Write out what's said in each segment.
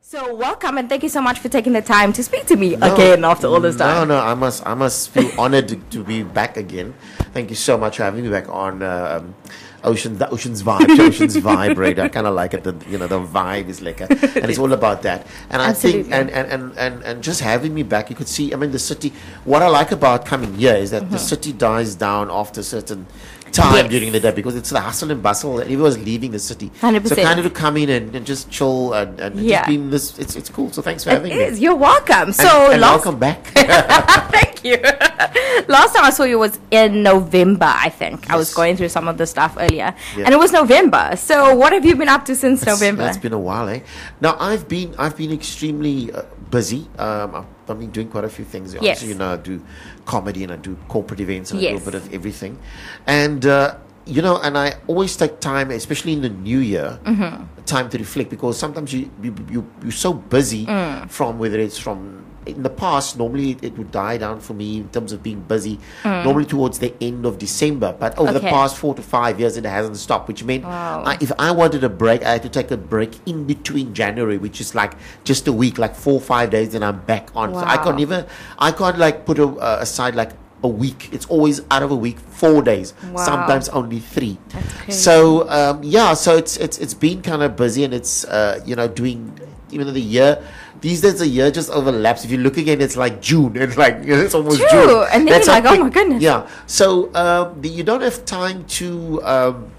So welcome and thank you so much for taking the time to speak to me again after all this time. No, no, I must, I must feel honored to, to be back again. Thank you so much for having me back on uh, um, Ocean, the Ocean's Vibe, the Ocean's Vibrate. I kind of like it. The, you know, the vibe is like, a, and it's all about that. And I think, Absolutely. and and, and, and and just having me back, you could see. I mean, the city. What I like about coming here is that the city dies down after a certain time Uh-huh. Yes. during the day because it's the hustle and bustle. and Everyone's leaving the city. So 100%. kind of to come in and, and just chill and, and Yeah. just be in this. It's it's cool. So thanks for It having me. is. You're welcome. And- So and last, welcome back. thank you. last time I saw you was in November, I think. I was Yes. going through some of the stuff earlier, Yeah. and it was November. So what have you been up to since It's- November? That's been a while, eh? Now I've been I've been extremely uh, busy. Um, I've, I've been doing quite a few things. Yes. Obviously, you know, I do comedy and I do corporate events and I do Yes. a bit of everything, and uh, you know, and I always take time, especially in the new year, Mm-hmm. time to reflect because sometimes you you, you you're so busy Mm. from whether it's from in the past, normally it, it would die down for me in terms of being busy, normally towards the end of December. But over the Mm. Okay. past four to five years, it hasn't stopped, which meant Wow. I, if I wanted a break, I had to take a break in between January, which is like just a week, like four five days, and I'm back on. So I Wow. can't even, I can't like put a, uh, aside like a week. It's always out of a week, four days, Wow. sometimes only three. crazy. So um, yeah, so it's it's it's been kind of busy, and it's uh, you know doing even though the year. These days the year just overlaps. If you look again, it's like June, and like it's almost True, June. and then That's you're how like, oh quick- my goodness. Yeah. So um, the, you don't have time to. Um,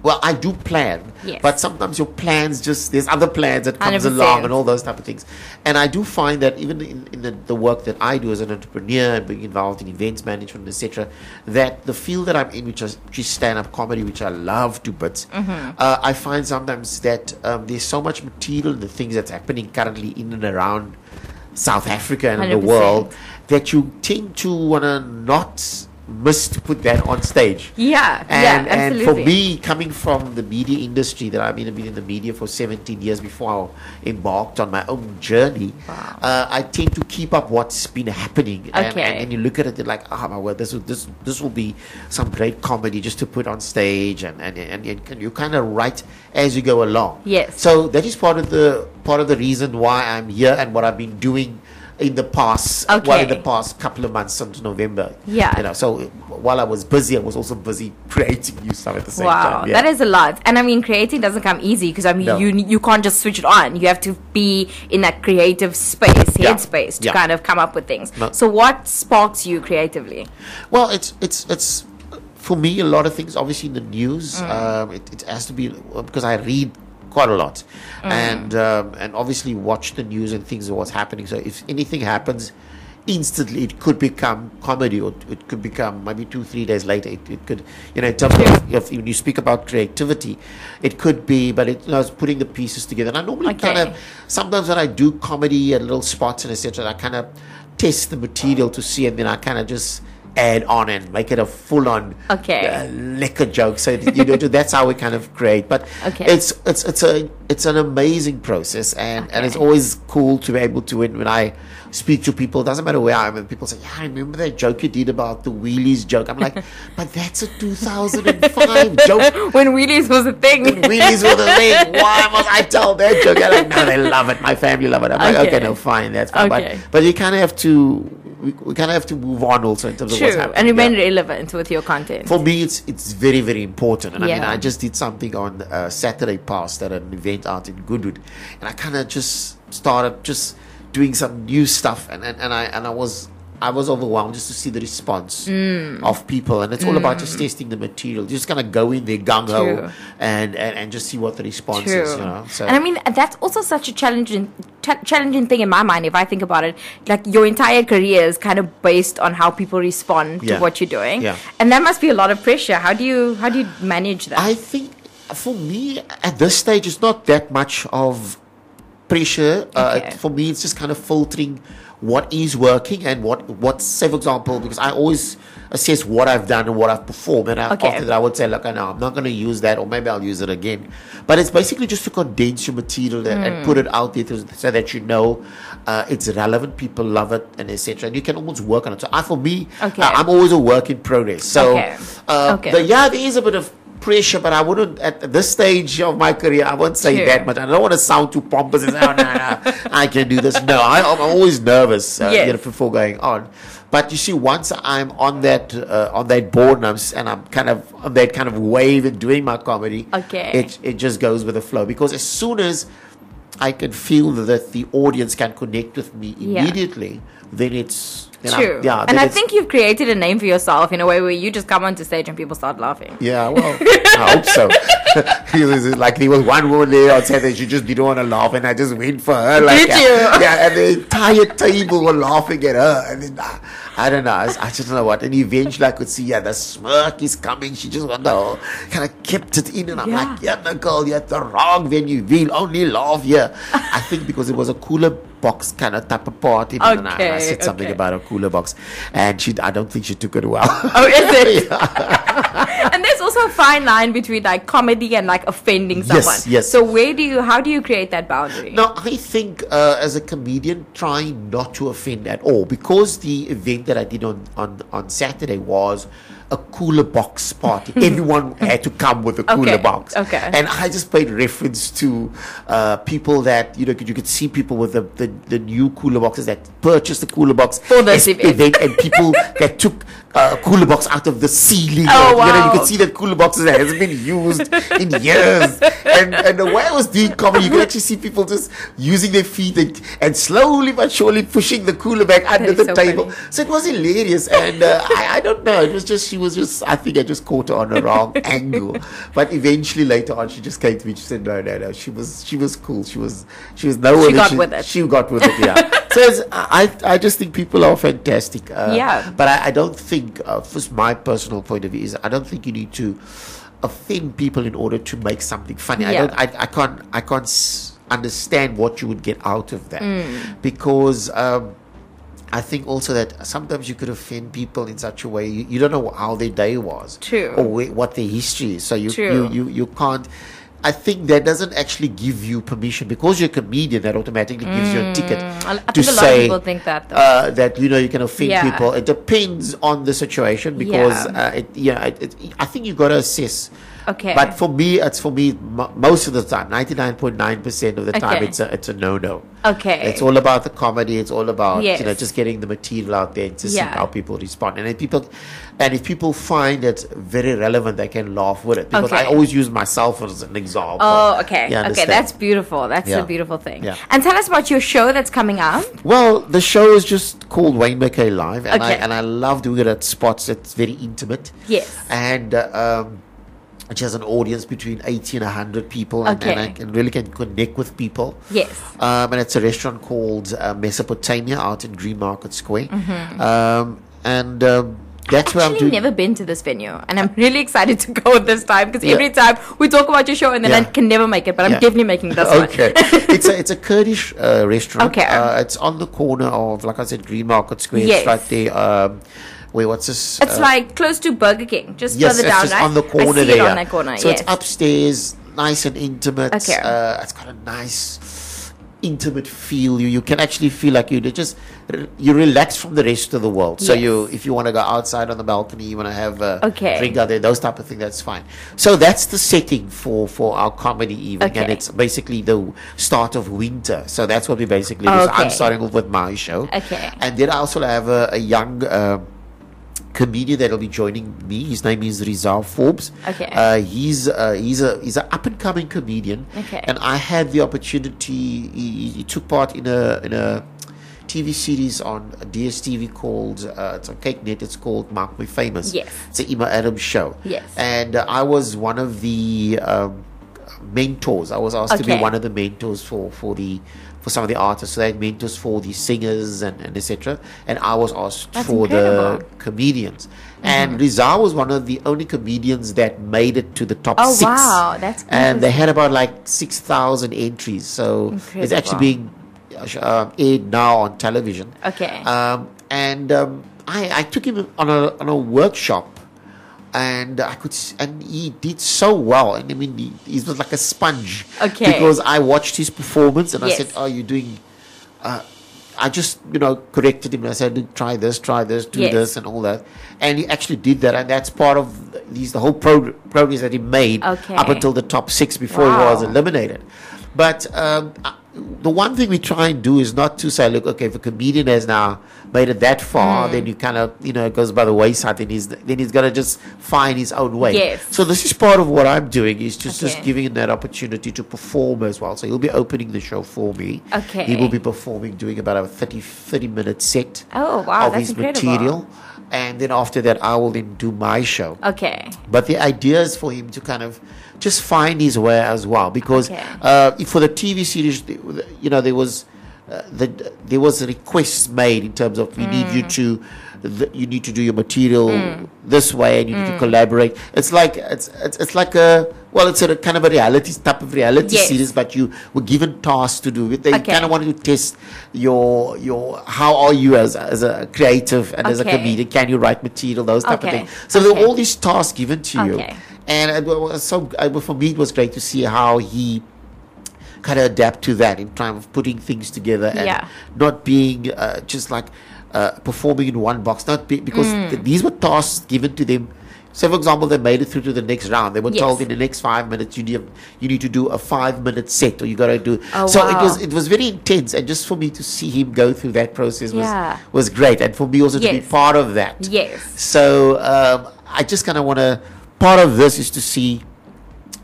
well, I do plan, Yes. but sometimes your plans just there's other plans that comes 100%. along and all those type of things. And I do find that even in, in the, the work that I do as an entrepreneur and being involved in events management, etc., that the field that I'm in, which is, which is stand-up comedy, which I love to bits, uh, I find sometimes that um, there's so much material in the things that's happening currently in and around South Africa and in the 100%. world that you tend to want to not miss to put that on stage yeah, and, yeah, and absolutely. for me, coming from the media industry, that I mean, I've been in the media for 17 years before I embarked on my own journey, Wow. uh, I tend to keep up what's been happening. And, Okay. and, and you look at it, you're like, oh my word, this will, this, this will be some great comedy just to put on stage. And, and, and, and you kind of write as you go along. Yes. So that is part of the part of the reason why I'm here and what I've been doing in the past, well, in the Okay. past couple of months since November. Yeah. You know, so while I was busy, I was also busy creating new stuff at the same Wow, time. Yeah. that is a lot. And I mean, creating doesn't come easy because I mean, No. you you can't just switch it on. You have to be in that creative space, Yeah. headspace, to Yeah. kind of come up with things. No. So, what sparks you creatively? Well, it's it's it's for me a lot of things. Obviously, in the news, Mm. um, it, it has to be because I read quite a lot, Mm. and um, and obviously watch the news and things of what's happening. So if anything happens. Instantly, it could become comedy, or it could become maybe two, three days later. It, it could, you know, in terms of, of when you speak about creativity, it could be, but it, you know, it's putting the pieces together. And I normally kind Okay. of sometimes when I do comedy and little spots and etc., I kind of test the material to see, and then I kind of just add on and make it a full-on Okay. uh, liquor joke. So you know that's how we kind of create. But Okay. it's it's it's a it's an amazing process, and and it's Okay. always cool to be able to when when I speak to people. Doesn't matter where I am, and people say, "Yeah, I remember that joke you did about the wheelies joke." I'm like, "But that's a 2005 joke." when wheelies was a thing. Wheelies with a thing. Why must I tell that joke? I'm like, no, they love it. My family love it. I'm like, Okay. okay, no, fine, that's fine. Okay. But, but you kind of have to, we, we kind of have to move on also in terms of True, what's happening. and remain yeah. relevant with your content. For me, it's it's very very important, and I mean, Yeah. I just did something on uh, Saturday past at an event out in Goodwood, and I kind of just started just doing some new stuff, and, and, and I and I was I was overwhelmed just to see the response Mm. of people, and it's all about just testing the material, just kind of go in there gung True. ho, and, and and just see what the response is, you know. So And I mean, that's also such a challenging, cha- challenging thing in my mind. If I think about it, like your entire career is kind of based on how people respond Yeah. to what you're doing, Yeah. and that must be a lot of pressure. How do you how do you manage that? I think for me at this stage, it's not that much of pressure. Uh, Okay. For me, it's just kind of filtering what is working and what what say for example because I always assess what I've done and what I've performed and I, Okay. after that I would say like no I'm not going to use that or maybe I'll use it again but it's basically just to condense your material and, Hmm. and put it out there to, so that you know uh, it's relevant people love it and etc and you can almost work on it so I, for me Okay. I- I'm always a work in progress so Okay. uh, Okay. the- yeah there is a bit of pressure, but I wouldn't at this stage of my career. I won't say Sure. that much. I don't want to sound too pompous and say, "Oh no, no, I can do this." No, I, I'm always nervous uh, Yes. you know, before going on. But you see, once I'm on that uh, on that board and I'm s- and I'm kind of on that kind of wave and doing my comedy, Okay. it it just goes with the flow because as soon as I can feel that the audience can connect with me Yeah. immediately, then it's then I'm- True. yeah, and then I it's- think you've created a name for yourself in a way where you just come onto stage and people start laughing. Yeah, well, I hope so. He was- like there was one woman there on Saturday, she just didn't want to laugh, and I just went for her. Like, Did you? Yeah, and the entire table were laughing at her, and then, I, I don't know, I, I just don't know what. And eventually, I could see, yeah, the smirk is coming. She just went, oh, kind of kept it in, and I'm Yeah. like, yeah, no, girl, you're at the wrong venue. We'll only laugh here. I think because it was a cooler box kind of type of party, and I, and I Okay, said something okay. about a cooler box, and she, I don't think she took it well. Oh, is it? and there's also a fine line between like comedy and like offending Yes, someone. yes. So where do you? How do you create that boundary? No, I think uh, as a comedian, try not to offend at all because the event that I did on, on, on Saturday was a cooler box party. Everyone had to come with a cooler Okay, box. okay. And I just paid reference to uh, people that, you know, you could see people with the, the, the new cooler boxes that purchased the cooler box For this as- event. and people that took uh, a cooler box out of the ceiling. Oh, you know, wow. you could see that cooler boxes that hasn't been used in years. And and the way I was doing comedy, you could actually see people just using their feet and, and slowly but surely pushing the cooler back under is the so table. funny. So it was hilarious, and uh, I, I don't know. It was just she was just. I think I just caught her on the wrong angle. But eventually, later on, she just came to me. She said, "No, no, no. She was she was cool. She was she was nowhere. She that got with it. She got with it. Yeah. so it's, I I I just think people are fantastic. Uh, Yeah. But I, I don't think, uh, from my personal point of view, is I don't think you need to offend people in order to make something funny. I Yeah. don't. I, I can't. I can't s- understand what you would get out of that Mm. because. Um, I think also that sometimes you could offend people in such a way you, you don't know how their day was, True. or wh- what their history is. So you, you True. you you can't. I think that doesn't actually give you permission because you're a comedian. That automatically gives you a ticket I I think Mm. a to lot of say people think that. Though. uh, that you know you can offend Yeah. people. It depends on the situation because Yeah. uh, it, yeah, it, it, I think you got to assess. Okay. But for me, it's for me mo- most of the time, ninety nine point nine percent of the time, Okay. it's a it's a no no. Okay. It's all about the comedy. It's all about you know Yes. just getting the material out there and to see Yeah. how people respond. And if people, and if people find it very relevant, they can laugh with it because I Okay. always use myself as an example. Oh, okay. okay, You understand? that's beautiful. That's Yeah. a beautiful thing. Yeah. And tell us about your show that's coming up. Well, the show is just called Wayne McKay Live, and I Okay. and I love doing it at spots. It's very intimate. Yes. and uh, um, which has an audience between eighty and hundred people, and, and I Okay. can really can connect with people. Yes. um, and it's a restaurant called uh, Mesopotamia out in Green Market Square, um, and um, that's where I'm Mm-hmm. Actually, doing. never been to this venue, and I'm really excited to go this time because Yeah. every time we talk about your show, and then I Yeah. can never make it. But I'm Yeah. definitely making this okay. one. it's a it's a Kurdish uh, restaurant. Okay. um, uh, it's on the corner of, like I said, Green Market Square. It's Yes. right there. Um, where what's this? It's uh, like close to Burger King, just yes, further it's down, just right? on the corner I see there. It on that corner, so yes. it's upstairs, nice and intimate. Okay. Uh, it's got a nice intimate feel. You you can actually feel like you just you relax from the rest of the world. So Yes. you if you want to go outside on the balcony, you want to have a Okay. drink out there, those type of thing. That's fine. So that's the setting for for our comedy evening, and Okay. it's basically the start of winter. So that's what we basically do. So I'm Okay. starting off with my show. Okay. And then I also have a, a young. Um, comedian that'll be joining me. His name is Rizal Forbes. Okay. Uh, he's uh, he's a he's an up and coming comedian. Okay. And I had the opportunity. He, he- he took part in a in a TV series on DSTV called uh, it's on CakeNet. It's called Mark Me Famous. Yes. It's an Emma Adams show. Yes. And uh, I was one of the. Um, mentors i was asked to be Okay. one of the mentors for for the for some of the artists so they had mentors for the singers and, and etc and i was asked That's for the incredible. Mm-hmm. comedians. And Rizal was one of the only comedians that made it to the top Oh, six. wow, that's And they had about like 6,000 entries. So it's actually Incredible. being uh, aired now on television. Okay. Um, and um, I, I took him on a, on a workshop. And I could, s- and he did so well. And I mean, he, he was like a sponge. Okay. Because I watched his performance, and Yes. I said, "Oh, you're doing I just, you know, corrected him. And I said, try this, try this, do Yes. this, and all that. And he actually did that. And that's part of the- these the whole prog- progress that he made up Okay. until the top six before he Wow. was eliminated. But um, I- the one thing we try and do is not to say, look, okay, if a comedian has now made it that Hmm. far, then you kind of, you know, it goes by the wayside. Then he's then he's got to just find his own way. Yes. So this is part of what I'm doing is just just Okay. giving him that opportunity to perform as well. So he'll be opening the show for me. Okay. He will be performing, doing about a 30, 30 minute set Oh, wow, of that's his incredible. material. And then after that, I will then do my show. Okay. But the idea is for him to kind of just find his way as well, because Okay. uh, if for the TV series, the- the- you know, there was uh, the, there was requests made in terms of we need Mm. you to th you need to do your material this way, and you Mm. need to collaborate. It's like it's it's, it's like a well, it's a kind of a reality type of reality Yes. series, but you were given tasks to do. it. They Okay. kind of wanted to test your your how are you as as a creative and as a Okay. comedian? Can you write material? Those type Okay. of things. So there were Okay. all these tasks given to you. Okay. And it was so it was- for me, it was great to see how he kind of adapt to that in time of putting things together and Yeah. not being uh, just like uh, performing in one box. Not be, because Mm. th- these were tasks given to them. So, for example, they made it through to the next round. They were Yes. told in the next five minutes you need you need to do a five minute set, or you got to do. Oh, so it was wow. it was very intense, and just for me to see him go through that process was Yeah. was great, and for me also to be Yes. part of that. Yes. So um, I just kind of want to. Part of this is to see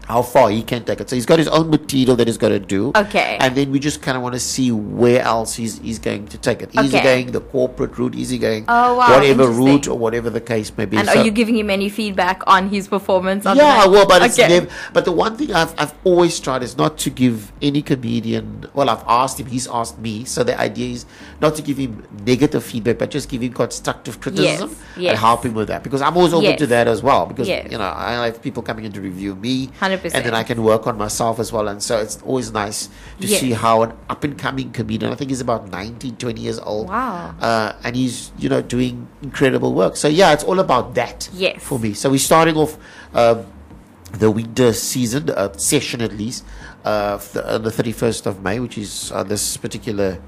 how far he can take it. So he's got his own material that he's got to do. Okay. And then we just kind of want to see where else he's, he's going to take it. Is he Okay. going the corporate route? Is he going Oh, wow, whatever route interesting. or whatever the case may be? And So- are you giving him any feedback on his performance? on the uh, yeah, night? well, but it's Okay. never. But the one thing I've I've always tried is not to give any comedian. Well, I've asked him. He's asked me. So the idea is not to give him negative feedback, but just give him constructive criticism and yes. help him with that. Because I'm always open Yes. to that as well. Because Yes. you know I have people coming in to review me, 100%. and then I can work on myself as well. And so it's always nice to Yes. see how an up and coming comedian. I think he's about 19, 20 years old. Wow. Uh, and he's you know doing incredible work. So yeah, it's all about that. Yes. For me. So we're starting off um, the winter season uh, session at least uh, f- the, on the 31st of May, which is uh, this particular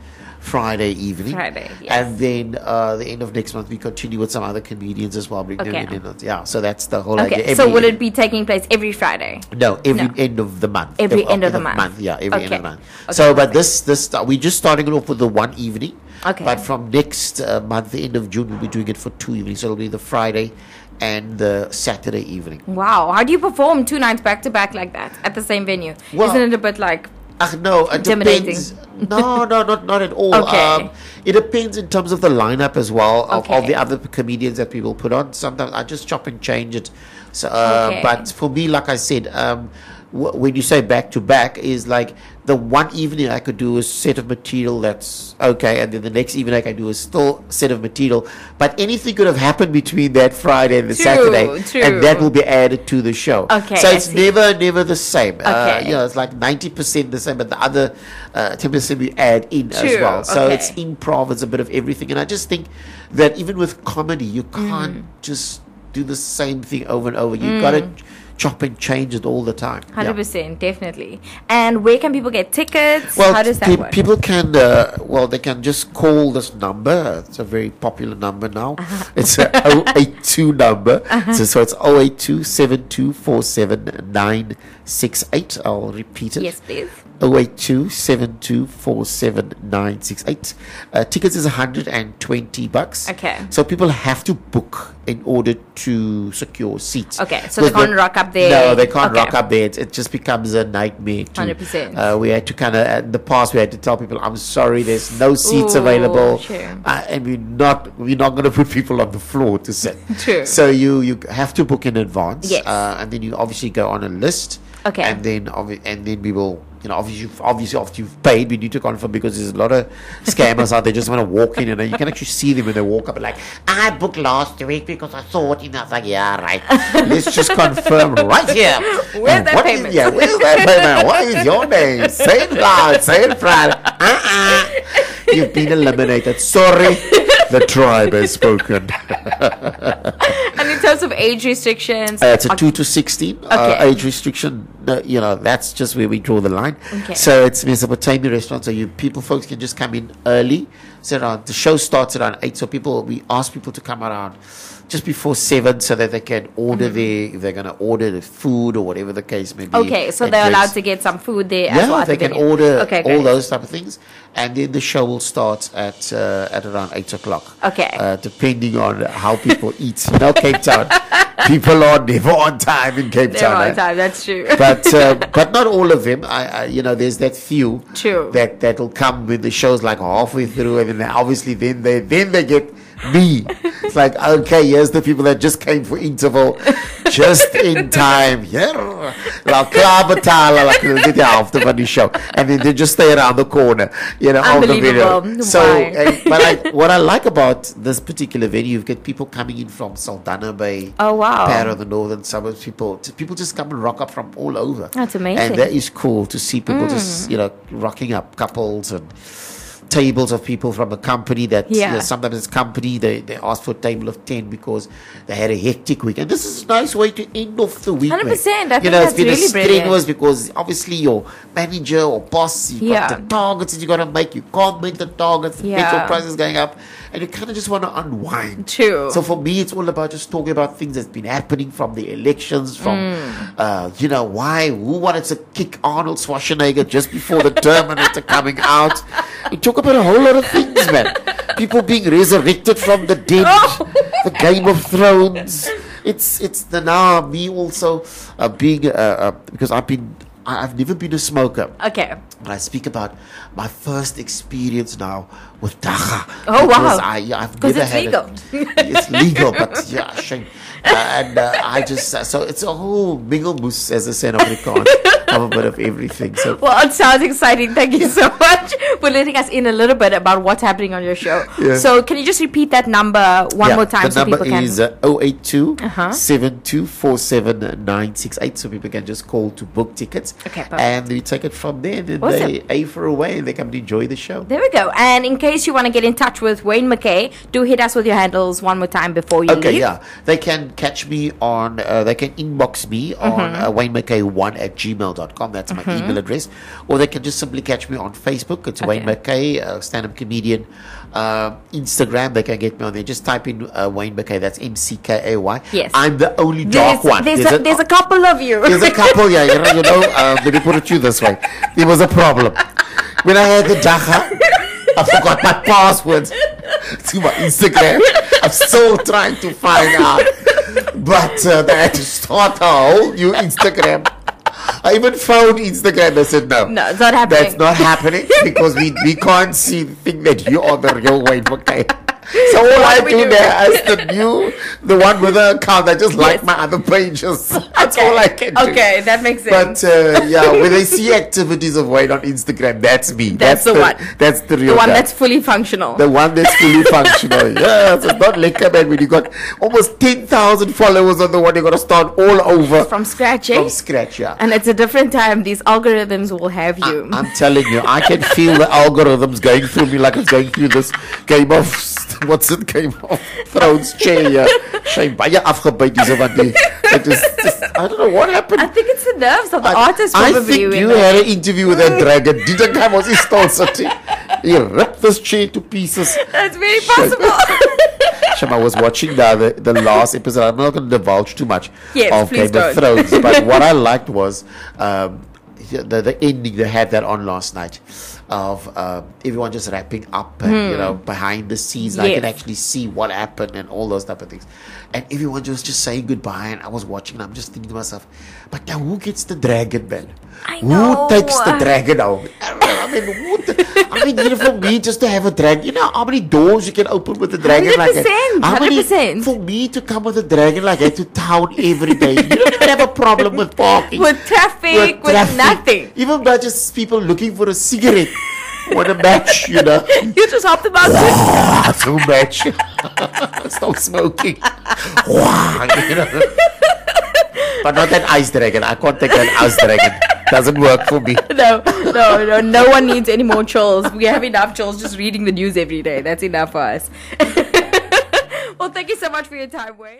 Friday evening. Friday, yes. And then uh, the end of next month, we continue with some other comedians as well. Bring them Okay. in and- yeah. So that's the whole idea. Okay. So will it be taking place every Friday? No, every No. end of the month. Every end of the month. Yeah, every end of Okay. the month. Okay, so, but this this we're just starting it off with the one evening. Okay. But from next uh, month, the end of June, we'll be doing it for two evenings. So it'll be the Friday and the Saturday evening. Wow. How do you perform two nights back to back like that at the same venue? Well- Isn't it a bit like Ach, Ah, no, it Intimidating. depends. No, no, not not at all. Okay. Um, it depends in terms of the lineup as well of, of Okay. the other comedians that people put on. Sometimes I just chop and change it. So, uh, Okay. but for me, like I said, um, w- when you say back to back, is like the one evening I could do a set of material that's okay, and then the next evening I can do a still set of material. But anything could have happened between that Friday and the True, Saturday, true. and that will be added to the show. Okay, so I it's see. never never the same. Uh, Okay. you know, it's like 90% the same, but the other uh, 10% we add in as True, well. So okay. it's improv, it's a bit of everything. And I just think that even with comedy, you Hmm. can't just do the same thing over and over. You've got to Hmm. chop and change it all the time. Yeah. 100%? Definitely. And where can people get tickets? Well, How does that pe- work? people can uh, well they can just call this number. It's a very popular number now. Uh-huh. It's a 082 number. So, so it's 082 7247968. I'll repeat it. yes, please. 082 7247968. Uh, tickets is 120 bucks. Okay. So people have to book in order to secure seats. Okay, so they Because can't rock up there. No, they can't Okay. rock up there. It, it just becomes a nightmare. to- 100%. Uh, we had to kind of, in the past, we had to tell people, I'm sorry, there's no seats Ooh, available. true. Uh, and we're not, we're not going to put people on the floor to sit. True. So you, you have to book in advance. Yes. Uh, and then you obviously go on a list. Okay. And then obvi- and then we will you know obviously you've- obviously after you've paid we need to confirm because there's a lot of scammers out there just want to walk in and then you can actually see them when they walk up and like I booked last week because I saw it and I was like yeah right let's just confirm right here Where's that What is- payment? yeah where's that payment what is your name say it loud say it proud uh-uh you've been eliminated sorry the tribe has spoken And in terms of age restrictions, Uh, it's a 2 to 16 uh, Okay. age restriction. no, you know, that's just where we draw the line. Okay. So it's Mesopotamian restaurant. So you people, folks can just come in early. So around, the show starts around eight. So people, we ask people to come around just before seven, so that they can order Mm-hmm. their if they're going to order the food or whatever the case may be. Okay, so and they're allowed drinks. to get some food there as Yeah, well. at they the can venue. order okay, all great. those type of things, and then the show will start at uh, at around eight o'clock. Okay. uh, depending on how people eat. You know, Cape Town, people are never on time in Cape They're Town. on eh? time. That's true. But uh, but not all of them. I, I you know, there's that few True. that that'll come when the show's like halfway through, and then obviously then they then they get me. It's like okay, here's the people that just came for interval, just in time. Yeah, like like they'll get after the show, and then they just stay around the corner. You know, of the video. Unbelievable. So, Why? and, but I, what I like about this particular venue, you get people coming in from Saldanha Bay. Oh, wow. Paro, the northern suburbs. People, t- people just come and rock up from all over. That's amazing. Mm. And that is cool to see people just you know rocking up, couples and tables of people from a company that you Yeah. know, sometimes it's company they, they ask for a table of 10 because they had a hectic week and this is a nice way to end off the week 100%, mate. I you think know that's it's been really a brilliant. strenuous because obviously your manager or boss you Yeah. got the targets that you got to make you can't make the targets the petrol Yeah. prices going up and you kind of just want to unwind True. so for me, it's all about just talking about things that's been happening from the elections, from Mm. uh, you know why, who wanted to kick Arnold Schwarzenegger just before the Terminator coming out. We talk about a whole lot of things, man. People being resurrected from the dead, Oh. the Game of Thrones. It's it's the now me also uh, being uh, uh, because I've been I- I've never been a smoker. okay. But I speak about my first experience now with dacha. Oh, wow. Because I, yeah, I've 'Cause never it's had legal. It. It's legal, but yeah, shame. Uh, and uh, I just uh, so it's a whole mingelmoes, as they say in Afrikaans, of a bit of everything. So Well, it sounds exciting. Thank you so much for letting us in a little bit about what's happening on your show. Yeah. So, can you just repeat that number one yeah, more time the so number people can? is uh, 082 Uh-huh. 7247968. So people can just call to book tickets. Okay, perfect. and we take it from there. And then they Awesome. A for away and they come and enjoy the show. There we go. And in case you want to get in touch with Wayne McKay, do hit us with your handles one more time before you Okay, leave. yeah. They can catch me on, uh, they can inbox me on Mm-hmm. uh, Wayne McKay1 at gmail.com. That's my email address. Or they can just simply catch me on Facebook. It's Wayne McKay, uh, stand up comedian. Um Instagram, they can get me on there. Just type in uh, Wayne McKay. That's M C K A Y. Yes. I'm the only There's, dark one. there's, a, there's a couple of you. There's a couple, yeah, you know, you know uh, let me put it to you this way. It was a problem. When I had the Dacha, I forgot my passwords to my Instagram. I'm still trying to find out. But uh, they had to start a whole new Instagram. I even phoned Instagram. They said, no. No, it's not happening. That's not happening because we, we can't see the thing that you are the real Wayne McKay. So all What I do we do, do? there is the new, the one with the account. I just like Yes. my other pages. That's all I can do. Okay, that makes sense. But uh, yeah, when they see activities of Wayne on Instagram, that's me. That's the one. That's the real the one guy. that's fully functional. the one that's fully functional. Yes, it's not liquor man when you got almost ten thousand followers on the one you got to start all over From scratch, eh? from scratch. Yeah. and it's a different time. These algorithms will have you. I'm telling you, I can feel the algorithms going through me like it's going through this Game of what's it Game of Thrones chair. yeah. Shame, baie afgebyt hierso want die. It is just I don't know what happened. I think it's the nerves of the I- artist I probably. think when you they- had an interview with that dragon. Didn't come was his stall sitting. He ripped this chair to pieces. That's very Shame. possible. Shama I was watching the other, the last episode. I'm not going to divulge too much Yes, of please Game of don't. Thrones, but what I liked was um, the the ending they had that on last night of um, everyone just wrapping up and you know behind the scenes. and I can Hmm. Yes. actually see what happened and all those type of things, and everyone was just saying goodbye. And I was watching, and I'm just thinking to myself, but now who gets the dragon, man? I Who takes the know. dragon out? I mean, who the, I mean, you know, for me, just to have a dragon, you know how many doors you can open with a dragon dragon like that. 100%, How many- 100%. for me to come with a dragon like that to town every day, you don't even have a problem with parking. with traffic, with, traffic. nothing. Even by just people looking for a cigarette on a match, you know. You just hop the mountain. Ah, too much. Stop smoking. Wow, you know. But not that ice dragon. I can't take that ice dragon. Doesn't work for me. No, no, no. No one needs any more trolls. We have enough trolls just reading the news every day. That's enough for us. well, thank you so much for your time, Wayne.